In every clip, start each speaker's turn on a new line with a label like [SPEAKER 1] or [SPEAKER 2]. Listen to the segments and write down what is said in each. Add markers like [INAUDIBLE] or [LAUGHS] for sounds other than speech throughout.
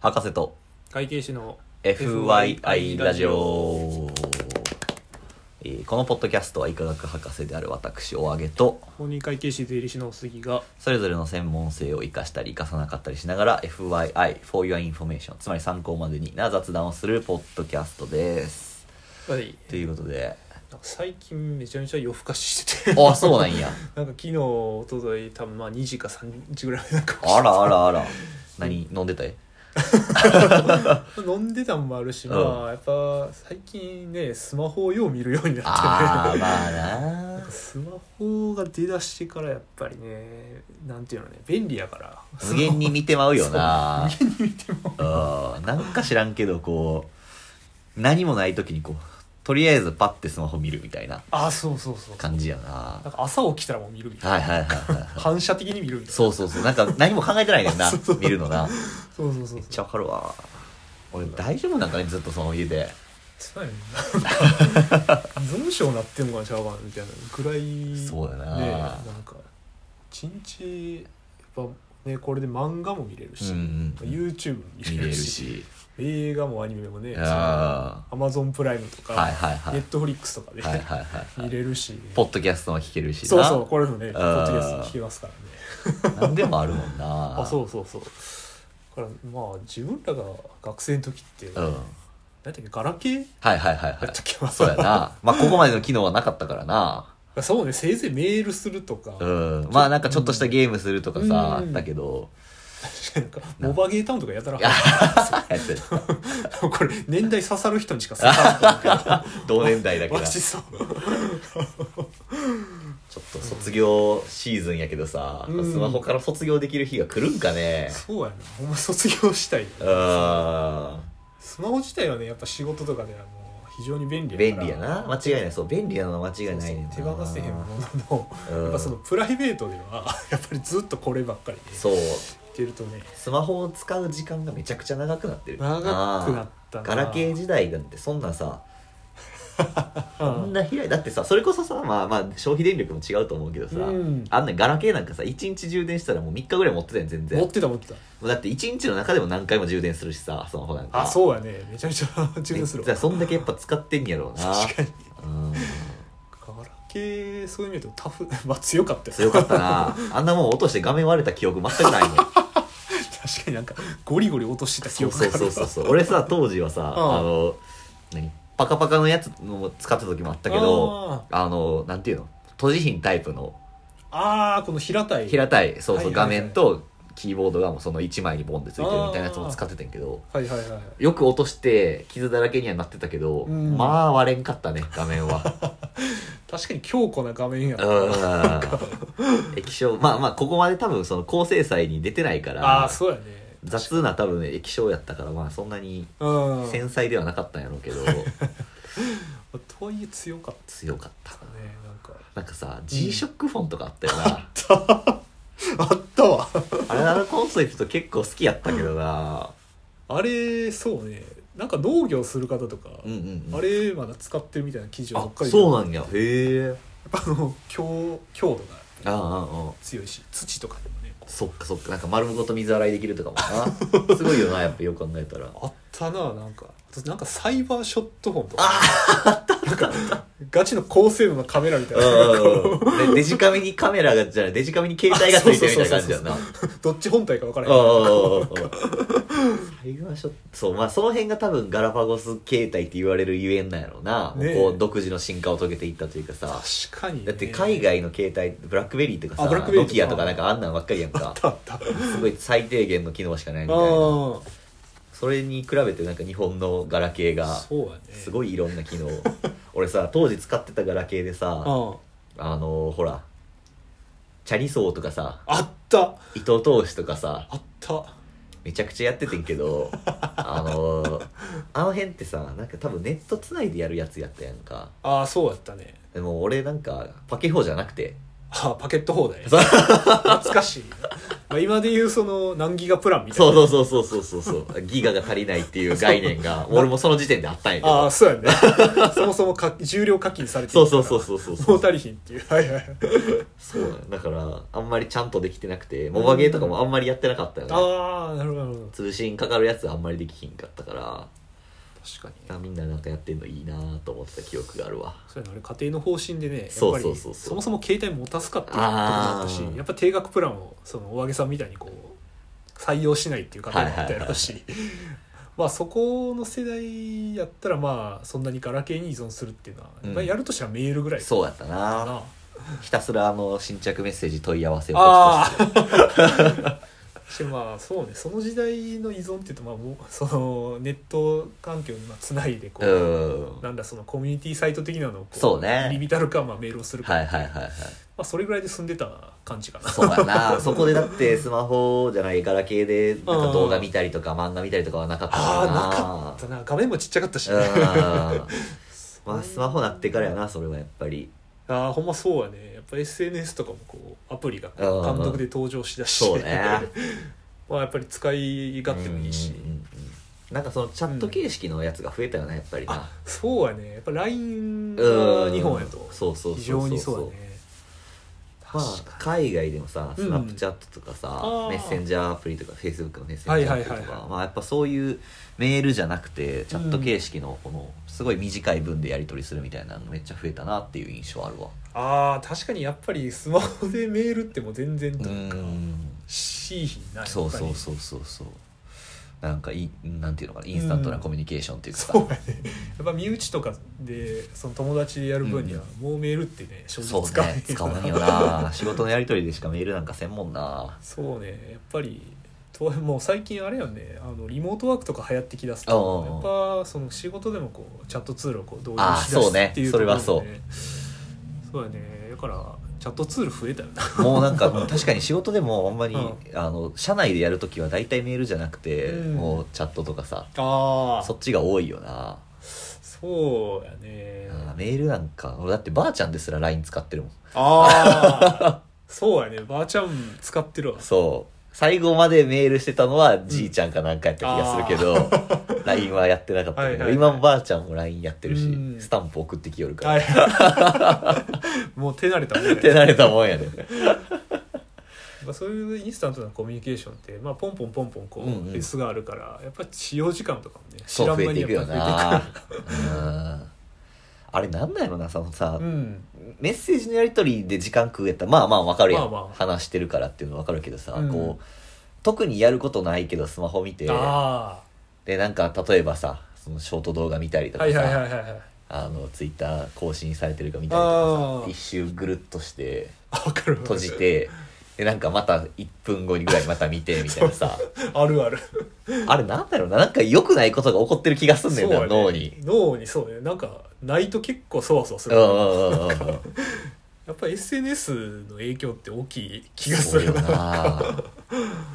[SPEAKER 1] 博士と
[SPEAKER 2] 会計士の
[SPEAKER 1] FYI ラジオ、えーこのポッドキャストは医科学博士である私おあげと
[SPEAKER 2] 公認会計士税理士の杉が
[SPEAKER 1] それぞれの専門性を生かしたり生かさなかったりしながら FYI for your information つまり参考までにな雑談をするポッドキャストです
[SPEAKER 2] はい
[SPEAKER 1] ということで
[SPEAKER 2] 最近めちゃめちゃ夜更かししてて
[SPEAKER 1] あそうなんや
[SPEAKER 2] [LAUGHS] なんか昨日一昨日多分まあ2時か3時ぐらいなんか
[SPEAKER 1] あらあらあら何飲んでたえ
[SPEAKER 2] 飲んでたんもあるし、
[SPEAKER 1] うん
[SPEAKER 2] まあやっぱ最近ねスマホをよう見るようになっ
[SPEAKER 1] ああ
[SPEAKER 2] てね
[SPEAKER 1] まあな
[SPEAKER 2] スマホが出だしてからやっぱりねなんていうのね便利やから
[SPEAKER 1] 無限に見てまうよな
[SPEAKER 2] そう無限に見ても
[SPEAKER 1] うんなんか知らんけどこう何もない時にこうとりあえずパッてスマホ見るみたいな
[SPEAKER 2] あそうそうそう
[SPEAKER 1] 感じやな
[SPEAKER 2] なんか朝起きたらもう見るみたいな
[SPEAKER 1] はいはいはいはい
[SPEAKER 2] 反射的に見るみたいな
[SPEAKER 1] そうそうそうなんか何も考えてないねん
[SPEAKER 2] [LAUGHS]
[SPEAKER 1] な見るのな
[SPEAKER 2] そうそうそうそう
[SPEAKER 1] めっちゃわかるわ俺大丈夫なんかねずっとその家で
[SPEAKER 2] [LAUGHS] そうやねんな文章なってんのかなちゃうかなみたいなぐらい
[SPEAKER 1] そうやな
[SPEAKER 2] ねなんか一日やっぱねこれで漫画も見れる
[SPEAKER 1] う
[SPEAKER 2] し、
[SPEAKER 1] んうんうん
[SPEAKER 2] YouTube も見
[SPEAKER 1] 見
[SPEAKER 2] れ
[SPEAKER 1] れ
[SPEAKER 2] る
[SPEAKER 1] る
[SPEAKER 2] し
[SPEAKER 1] し
[SPEAKER 2] 映画もアニメもね
[SPEAKER 1] あ
[SPEAKER 2] Amazon プライムとか、
[SPEAKER 1] はいはいはい
[SPEAKER 2] Netflix とかで、
[SPEAKER 1] はいはいはいは
[SPEAKER 2] 見
[SPEAKER 1] い
[SPEAKER 2] れるし、
[SPEAKER 1] ポッドキャストも聞けるしな
[SPEAKER 2] そうそうこれもね
[SPEAKER 1] ん
[SPEAKER 2] ポッドキャスト聞けますからね
[SPEAKER 1] 何でもあるもんな
[SPEAKER 2] あそうそうそうだからまあ自分らが学生の時って、
[SPEAKER 1] うん
[SPEAKER 2] なんだっけガラケー
[SPEAKER 1] はいはいはい
[SPEAKER 2] や
[SPEAKER 1] は
[SPEAKER 2] ったっ
[SPEAKER 1] い
[SPEAKER 2] け、まあ
[SPEAKER 1] そうや
[SPEAKER 2] [LAUGHS]
[SPEAKER 1] なまあここまでの機能はなかったからな
[SPEAKER 2] そうねせいぜいメールするとか、
[SPEAKER 1] うん、まあなんかちょっとしたゲームするとかさ、
[SPEAKER 2] うん
[SPEAKER 1] だけど、 [LAUGHS]
[SPEAKER 2] なんかモバゲータウンとかやたら
[SPEAKER 1] いや
[SPEAKER 2] これ年代刺さる人にしか刺さらんと思う
[SPEAKER 1] 同
[SPEAKER 2] けど
[SPEAKER 1] 年代だけど
[SPEAKER 2] マジ
[SPEAKER 1] ちょ
[SPEAKER 2] そう
[SPEAKER 1] っと卒業シーズンやけどさ、
[SPEAKER 2] うん
[SPEAKER 1] スマホから卒業できる日が来るんかね
[SPEAKER 2] そうやなほんま卒業したいよ
[SPEAKER 1] うん
[SPEAKER 2] スマホ自体はねやっぱ仕事とかではもう非常に便利や
[SPEAKER 1] 便
[SPEAKER 2] から
[SPEAKER 1] 利やな間違いないそう便利やのは間違いないねんな
[SPEAKER 2] そうそう手放せへんものの、
[SPEAKER 1] うん
[SPEAKER 2] やっぱそのプライベートでは [LAUGHS] やっぱりずっとこればっかりで
[SPEAKER 1] そう
[SPEAKER 2] いけるとね
[SPEAKER 1] スマホを使う時間がめちゃくちゃ長くなってる
[SPEAKER 2] 長くなったな
[SPEAKER 1] ガラケー時代なんてそんなさ
[SPEAKER 2] うん
[SPEAKER 1] こんな開いだってさそれこそさまあまあ消費電力も違うと思うけどさ、
[SPEAKER 2] うん
[SPEAKER 1] あんなガラケーなんかさ1日充電したらもう3日ぐらい持ってたやん全然
[SPEAKER 2] 持ってた持ってた
[SPEAKER 1] もうだって一日の中でも何回も充電するしさスマホなんか
[SPEAKER 2] あそうやねめちゃめちゃ充電する
[SPEAKER 1] じゃ
[SPEAKER 2] わ
[SPEAKER 1] あそんだけやっぱ使ってんやろうな
[SPEAKER 2] 確かに
[SPEAKER 1] うん
[SPEAKER 2] ガラケーそういう意味で言うとタフ [LAUGHS] まあ強かったよ
[SPEAKER 1] 強かったなあんなもん落として画面割れた記憶全くないね
[SPEAKER 2] 確かになんかゴリゴリ落としてた [LAUGHS] 記
[SPEAKER 1] そう
[SPEAKER 2] 憶
[SPEAKER 1] そう
[SPEAKER 2] がある
[SPEAKER 1] そう
[SPEAKER 2] わ
[SPEAKER 1] そうそう俺さ当時はさ、
[SPEAKER 2] うん
[SPEAKER 1] あの何パカパカのやつも使ってた時もあったけどあのなんていうの閉じひんタイプの
[SPEAKER 2] ああこの平たい
[SPEAKER 1] 平たいそうそう、
[SPEAKER 2] はいはいはい
[SPEAKER 1] 画面とキーボードがもうその1枚にボンってついてるみたいなやつも使ってたんやけど
[SPEAKER 2] はいはいはい
[SPEAKER 1] よく落として傷だらけにはなってたけど、
[SPEAKER 2] うん
[SPEAKER 1] まあ割れんかったね画面は
[SPEAKER 2] [LAUGHS] 確かに強固な画面やな
[SPEAKER 1] うん液晶まあまあここまで多分その高精細に出てないか
[SPEAKER 2] ああ
[SPEAKER 1] ら
[SPEAKER 2] そうやね
[SPEAKER 1] 雑な多分ね液晶やったからまあそんなに
[SPEAKER 2] うん
[SPEAKER 1] 繊細ではなかったんやろうけど
[SPEAKER 2] とはいえ強かっ
[SPEAKER 1] 強かった
[SPEAKER 2] たねなんか
[SPEAKER 1] なんかさ G ショックフォンとかあったよな、
[SPEAKER 2] あったわ
[SPEAKER 1] あれあのコンセプト結構好きやったけどな
[SPEAKER 2] あれそうねなんか農業する方とか、
[SPEAKER 1] うんうん、うん、
[SPEAKER 2] あれまだ使ってるみたいな記事は
[SPEAKER 1] あ
[SPEAKER 2] ばっかり
[SPEAKER 1] そう
[SPEAKER 2] う
[SPEAKER 1] なんやへえ
[SPEAKER 2] やっぱあの強強度が
[SPEAKER 1] ああああ
[SPEAKER 2] 強いし土とかでもね
[SPEAKER 1] そっかそっかなんか丸ごと水洗いできるとかもなすごいよなやっぱよく考えたら
[SPEAKER 2] あったななんかあとなんかサイバーショットフォンとかなんかガチの高精度のカメラみたいな
[SPEAKER 1] うんでデジカメにカメラがじゃないデジカメに携帯がついてるみたいな感じやな
[SPEAKER 2] [LAUGHS] どっち本体か分からへん
[SPEAKER 1] あイガーショットそうまあその辺が多分ガラパゴス形態って言われるゆえんなんやろうな、
[SPEAKER 2] ねえ
[SPEAKER 1] こう独自の進化を遂げていったというかさ
[SPEAKER 2] 確かにね、
[SPEAKER 1] だって海外の携帯ブラックベリーとか
[SPEAKER 2] あブラッ
[SPEAKER 1] さ
[SPEAKER 2] クベリ
[SPEAKER 1] ノ
[SPEAKER 2] ーとか
[SPEAKER 1] キアとかなんかあんなんばっかりやん
[SPEAKER 2] [LAUGHS]
[SPEAKER 1] か
[SPEAKER 2] あったあった
[SPEAKER 1] すごい最低限の機能しかないみたいな
[SPEAKER 2] あ
[SPEAKER 1] それに比べてなんか日本のガラケー
[SPEAKER 2] あ
[SPEAKER 1] が
[SPEAKER 2] そうやね
[SPEAKER 1] す
[SPEAKER 2] い
[SPEAKER 1] ごいいろんな機能 [LAUGHS] 俺さ当時使ってたガラケーでさあ
[SPEAKER 2] あ
[SPEAKER 1] のほらチャリソーとかさ
[SPEAKER 2] あった
[SPEAKER 1] 伊藤投手とかさ
[SPEAKER 2] あった
[SPEAKER 1] めちゃくちゃやっててんけ [LAUGHS] どあのーあの辺ってさなんか多分ネットつないでやるやつやったやんか
[SPEAKER 2] ああそうやったね
[SPEAKER 1] でも俺なんかパケホじゃなくて
[SPEAKER 2] あパケット放題
[SPEAKER 1] そう
[SPEAKER 2] 懐かしい、まあ、今で言うその何ギガプランみたい
[SPEAKER 1] そ
[SPEAKER 2] な
[SPEAKER 1] うそうそうそうそうそうそうギガが足り [LAUGHS] ないっていう概念が俺もその時点であったんやけ
[SPEAKER 2] ああ
[SPEAKER 1] ど
[SPEAKER 2] そうやねそもそもか重量課金されて
[SPEAKER 1] そ
[SPEAKER 2] る
[SPEAKER 1] う
[SPEAKER 2] から
[SPEAKER 1] そうそうそうそう
[SPEAKER 2] 物足りひんっていうはいはい
[SPEAKER 1] そうなんだからあんまりちゃんとできてなくてモバゲーとかもあんまりやってなかったよね
[SPEAKER 2] ああなるほどなるほど
[SPEAKER 1] 通信かかるやつあんまりできひんかったから
[SPEAKER 2] 確かに
[SPEAKER 1] あみんななんかやってんのいいなと思ってた記憶があるわ
[SPEAKER 2] そうやなあれ家庭の方針でねやっ
[SPEAKER 1] そ
[SPEAKER 2] ぱ
[SPEAKER 1] う
[SPEAKER 2] り
[SPEAKER 1] そうそうそう
[SPEAKER 2] そもそも携帯持たすかっていうことだったし
[SPEAKER 1] あー
[SPEAKER 2] やっぱ定額プランをそのお揚げさんみたいにこう採用しないっていう方もいたやろし [LAUGHS] まあそこの世代やったらまあそんなにガラケーに依存するっていうのは、
[SPEAKER 1] うん
[SPEAKER 2] まあ、やるとしたらメールぐらい
[SPEAKER 1] そうやった
[SPEAKER 2] か
[SPEAKER 1] な
[SPEAKER 2] な
[SPEAKER 1] ひたすらあの新着メッセージ問い合わせをポ
[SPEAKER 2] ああ [LAUGHS] してまあそうねその時代の依存っていうとまあもうそのネット環境にまあつないでこ
[SPEAKER 1] チトして
[SPEAKER 2] う、
[SPEAKER 1] うん
[SPEAKER 2] なんだそのコミュニティサイト的なのをこ
[SPEAKER 1] そうね
[SPEAKER 2] リビタルかまあメールをするか
[SPEAKER 1] はいはいはいはい
[SPEAKER 2] まあ、それぐらいで済んでた感じかな。
[SPEAKER 1] そうや
[SPEAKER 2] [LAUGHS]
[SPEAKER 1] なそこでだってスマホじゃないガラケーでなんか動画見たりとか漫画見たりとかはなかった
[SPEAKER 2] ああ、
[SPEAKER 1] ら
[SPEAKER 2] なかったな。画面もちっちゃかったしね。 [LAUGHS]
[SPEAKER 1] うんまあスマホなってからやなそれはやっぱり
[SPEAKER 2] ああ、ほんまそうやね。やっぱ SNS とかもこう、アプリが
[SPEAKER 1] うん
[SPEAKER 2] 単独で登場しだし、
[SPEAKER 1] そう
[SPEAKER 2] [LAUGHS]
[SPEAKER 1] ね
[SPEAKER 2] まあやっぱり使い勝手もいい
[SPEAKER 1] う
[SPEAKER 2] し。
[SPEAKER 1] んうんうんなんかそのチャット形式のやつが増えたよねやっぱりな
[SPEAKER 2] あ、そうやね。やっぱ
[SPEAKER 1] う
[SPEAKER 2] LINE が
[SPEAKER 1] ん
[SPEAKER 2] 日本やと。
[SPEAKER 1] そうそうそうそう
[SPEAKER 2] 非常にそうや
[SPEAKER 1] ま
[SPEAKER 2] ね。確
[SPEAKER 1] あ
[SPEAKER 2] か
[SPEAKER 1] 海外でもさ
[SPEAKER 2] うん
[SPEAKER 1] スナップチャットとかさ、
[SPEAKER 2] あー
[SPEAKER 1] メッセンジャーアプリとかフェイスブックのメッセンジャーアプリとか、
[SPEAKER 2] はいはいはいはい
[SPEAKER 1] まあやっぱそういうメールじゃなくてチャット形式のこのすごい短い文でやり取りするみたいなのめっちゃ増えたなっていう印象あるわ
[SPEAKER 2] に。ああ、確かにやっぱりスマホでメールってもう全然と
[SPEAKER 1] う
[SPEAKER 2] いうか、
[SPEAKER 1] ん
[SPEAKER 2] しいひんな。やっぱり
[SPEAKER 1] そうそうそうそうそうなんかいなんていうのかなインスタントなコミュニケーションっていうかさ、
[SPEAKER 2] そうやね [LAUGHS] やっぱ身内とかでその友達でやる分にはもうメールってね正
[SPEAKER 1] そ
[SPEAKER 2] 直
[SPEAKER 1] う
[SPEAKER 2] 使わへん
[SPEAKER 1] ね使わんよな仕事のやり取りでしかメールなんかせんもんな
[SPEAKER 2] そうねやっぱりともう最近あれよねあのリモートワークとか流行ってきだす
[SPEAKER 1] おう
[SPEAKER 2] とやっぱその仕事でもこうチャットツールをこう導入
[SPEAKER 1] あー
[SPEAKER 2] しだす
[SPEAKER 1] そうね
[SPEAKER 2] っていう
[SPEAKER 1] それは
[SPEAKER 2] ところもねそうやねだからチャットツール増えたよな
[SPEAKER 1] [LAUGHS] もうなんか確かに仕事でもあんまり、
[SPEAKER 2] う
[SPEAKER 1] あの社内でやるときは大体メールじゃなくて、
[SPEAKER 2] うん
[SPEAKER 1] もうチャットとかさ
[SPEAKER 2] あ
[SPEAKER 1] そっちが多いよな、
[SPEAKER 2] そうやね
[SPEAKER 1] あーメールなんか俺だってばあちゃんですら LINE 使ってるもん
[SPEAKER 2] ああ [LAUGHS] そうやねばあちゃん使ってるわ
[SPEAKER 1] そう最後までメールしてたのはじいちゃんかなんかやった気がするけど、LINE [LAUGHS] はやってなかったけど、
[SPEAKER 2] はいはいはい
[SPEAKER 1] 今もばあちゃんも LINE やってるし、
[SPEAKER 2] うん
[SPEAKER 1] スタンプ送ってきよるから、
[SPEAKER 2] はい [LAUGHS] もう手慣れたもんね
[SPEAKER 1] ってなれたもんやね
[SPEAKER 2] まあ、そういうインスタントなコミュニケーションって、まあ、ポンポンポンポンこう、
[SPEAKER 1] うんうん
[SPEAKER 2] フェスがあるからやっぱり使用時間とかもね
[SPEAKER 1] そう増えていくよ
[SPEAKER 2] 知らん間に
[SPEAKER 1] な
[SPEAKER 2] やっぱ増えていくか
[SPEAKER 1] うんあれなんだろうなそのさ、
[SPEAKER 2] ら [LAUGHS] うん
[SPEAKER 1] メッセージのやり取りで時間食うやったらまあまあわかるやん、
[SPEAKER 2] まあまあ
[SPEAKER 1] 話してるからっていうのわかるけどさ、
[SPEAKER 2] うん
[SPEAKER 1] こう特にやることないけどスマホ見て
[SPEAKER 2] あ
[SPEAKER 1] でなんか例えばさそのショート動画見たりとか
[SPEAKER 2] あは
[SPEAKER 1] さ、
[SPEAKER 2] いはいはいはいはい
[SPEAKER 1] あのツイッター更新されてるか見たりと
[SPEAKER 2] あ
[SPEAKER 1] かさ
[SPEAKER 2] ー
[SPEAKER 1] 一周ぐるっとして
[SPEAKER 2] あ分かるわか
[SPEAKER 1] 閉
[SPEAKER 2] る
[SPEAKER 1] じてでなんかまた1分後にぐらいまた見てみたいな
[SPEAKER 2] [LAUGHS]
[SPEAKER 1] さ
[SPEAKER 2] あるある
[SPEAKER 1] あれなんだろうななんか良くないことが起こってる気がすんねんな、
[SPEAKER 2] やね
[SPEAKER 1] 脳に。
[SPEAKER 2] 脳にそうねなんかないと結構そわそわす
[SPEAKER 1] う
[SPEAKER 2] る、
[SPEAKER 1] んう
[SPEAKER 2] や
[SPEAKER 1] んうんうんうん
[SPEAKER 2] っぱ SNS の影響って大きい気がす
[SPEAKER 1] そう
[SPEAKER 2] る
[SPEAKER 1] よ
[SPEAKER 2] な [LAUGHS]
[SPEAKER 1] な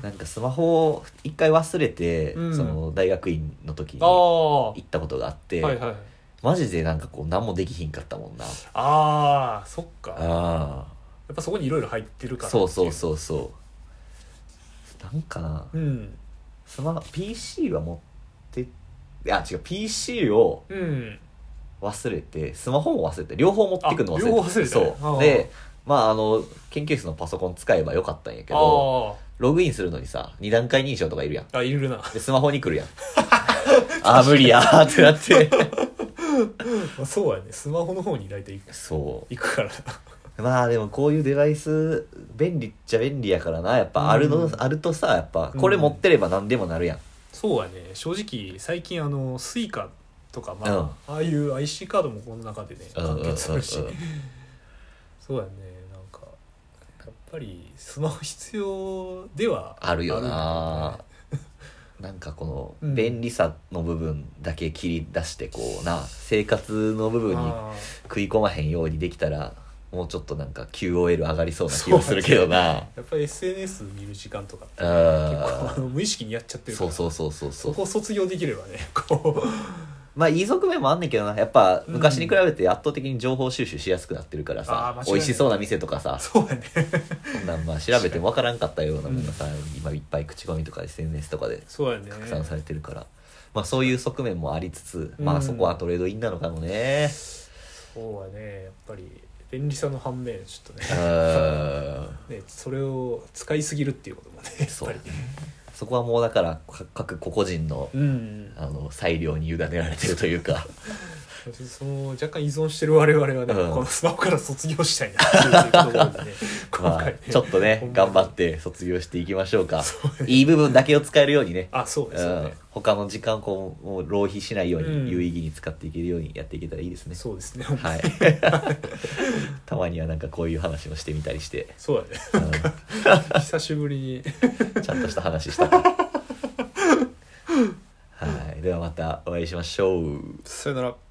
[SPEAKER 1] なんかスマホを一回忘れて、
[SPEAKER 2] うん
[SPEAKER 1] その大学院の時に
[SPEAKER 2] あ
[SPEAKER 1] 行
[SPEAKER 2] あは
[SPEAKER 1] ったことがあって、
[SPEAKER 2] いはい
[SPEAKER 1] マジでなんかこう何もできひんかったもんな
[SPEAKER 2] ああそっかや
[SPEAKER 1] あ
[SPEAKER 2] っぱそこにいろいろ入ってる
[SPEAKER 1] あ
[SPEAKER 2] から
[SPEAKER 1] そうそう
[SPEAKER 2] う
[SPEAKER 1] そうそうなんかな
[SPEAKER 2] うん
[SPEAKER 1] スマ PC は持っていや違う PC を
[SPEAKER 2] うん
[SPEAKER 1] 忘れてスマホも忘れて両方持ってくの忘れて
[SPEAKER 2] あ両方忘れて
[SPEAKER 1] そう
[SPEAKER 2] ああ
[SPEAKER 1] でまああの研究室のパソコン使えばよかったんやけど
[SPEAKER 2] あ
[SPEAKER 1] ログインするのにさ二段階認証とかいるやん
[SPEAKER 2] ああいるな
[SPEAKER 1] で、スマホに来るやん。 [LAUGHS] あー、無理やーってなって。
[SPEAKER 2] [LAUGHS] まあそうやねスマホの方に大体行く
[SPEAKER 1] そ
[SPEAKER 2] 行くから
[SPEAKER 1] う。まあでもこういうデバイス、便利っちゃ便利やからな。やっぱあるの、
[SPEAKER 2] うん
[SPEAKER 1] あるとさ、やっぱこれ持ってれば何でもなるやん。
[SPEAKER 2] そうやね正直最近あのスイカとかまあ、ああいう IC カードもこの中でね
[SPEAKER 1] うんうんう
[SPEAKER 2] 完
[SPEAKER 1] んうん
[SPEAKER 2] 結するしそうやねなんかやっぱりスマホ必要では
[SPEAKER 1] あるよ
[SPEAKER 2] んだ
[SPEAKER 1] な
[SPEAKER 2] ね
[SPEAKER 1] なんかこ
[SPEAKER 2] う
[SPEAKER 1] の
[SPEAKER 2] ん
[SPEAKER 1] 便利さの部分だけ切り出してこうな、生活の部分に
[SPEAKER 2] ああ
[SPEAKER 1] 食い込まへんようにできたら、もうちょっとなんか QOL 上がりそうな気がするけどな。
[SPEAKER 2] やっぱり SNS 見る時間とかって
[SPEAKER 1] う
[SPEAKER 2] 結構あ
[SPEAKER 1] ん。
[SPEAKER 2] の無意識にやっちゃってるか
[SPEAKER 1] そ
[SPEAKER 2] ら
[SPEAKER 1] うそうそうそうそ。
[SPEAKER 2] そうこを卒業できればねこう
[SPEAKER 1] まあいい側面もあんねんけどなやっぱ昔に比べて圧倒的に情報収集しやすくなってるから
[SPEAKER 2] あー
[SPEAKER 1] さ
[SPEAKER 2] 間違い、ない
[SPEAKER 1] 美味しそうな店とか
[SPEAKER 2] [LAUGHS]
[SPEAKER 1] さ
[SPEAKER 2] そうやね
[SPEAKER 1] そんなんまあ調べてもわからんかったようなものがさ、今いっぱい口コミとか SNS とかで
[SPEAKER 2] そうやね
[SPEAKER 1] [LAUGHS] 拡散されてるから、まあそういう側面もありつつ、
[SPEAKER 2] うん
[SPEAKER 1] まあそこはトレードインなのかも
[SPEAKER 2] [LAUGHS]
[SPEAKER 1] ね。
[SPEAKER 2] そうはねやっぱり便利さの反面ちょっと
[SPEAKER 1] う
[SPEAKER 2] ね
[SPEAKER 1] ーん
[SPEAKER 2] ねそれを使いすぎるっていうこともねやっ
[SPEAKER 1] そう
[SPEAKER 2] ぱ
[SPEAKER 1] だ
[SPEAKER 2] り
[SPEAKER 1] ねそこはもうだからか各個々人の
[SPEAKER 2] うん
[SPEAKER 1] あの裁量に委ねられてるという
[SPEAKER 2] [LAUGHS]
[SPEAKER 1] か
[SPEAKER 2] その若干依存してる我々はね、
[SPEAKER 1] うん
[SPEAKER 2] このスマホから卒業したいなっていうところでね
[SPEAKER 1] [LAUGHS]
[SPEAKER 2] 今
[SPEAKER 1] まあ
[SPEAKER 2] 回ね
[SPEAKER 1] ちょっとね
[SPEAKER 2] ほんまに
[SPEAKER 1] 頑張って卒業していきましょうかいい部分だけを使えるようにね
[SPEAKER 2] あそう
[SPEAKER 1] う
[SPEAKER 2] ですよね
[SPEAKER 1] ん、他の時間をこうもう浪費しないように、
[SPEAKER 2] うん
[SPEAKER 1] 有意義に使っていけるようにやっていけたらいいですね
[SPEAKER 2] そうですね、 [LAUGHS]
[SPEAKER 1] はいたまにはなんかこういう話もしてみたりして、
[SPEAKER 2] そうだね [LAUGHS]
[SPEAKER 1] うん
[SPEAKER 2] 久しぶりに
[SPEAKER 1] ちゃんとした話した
[SPEAKER 2] [LAUGHS]
[SPEAKER 1] からはいではまたお会いしましょう
[SPEAKER 2] さよなら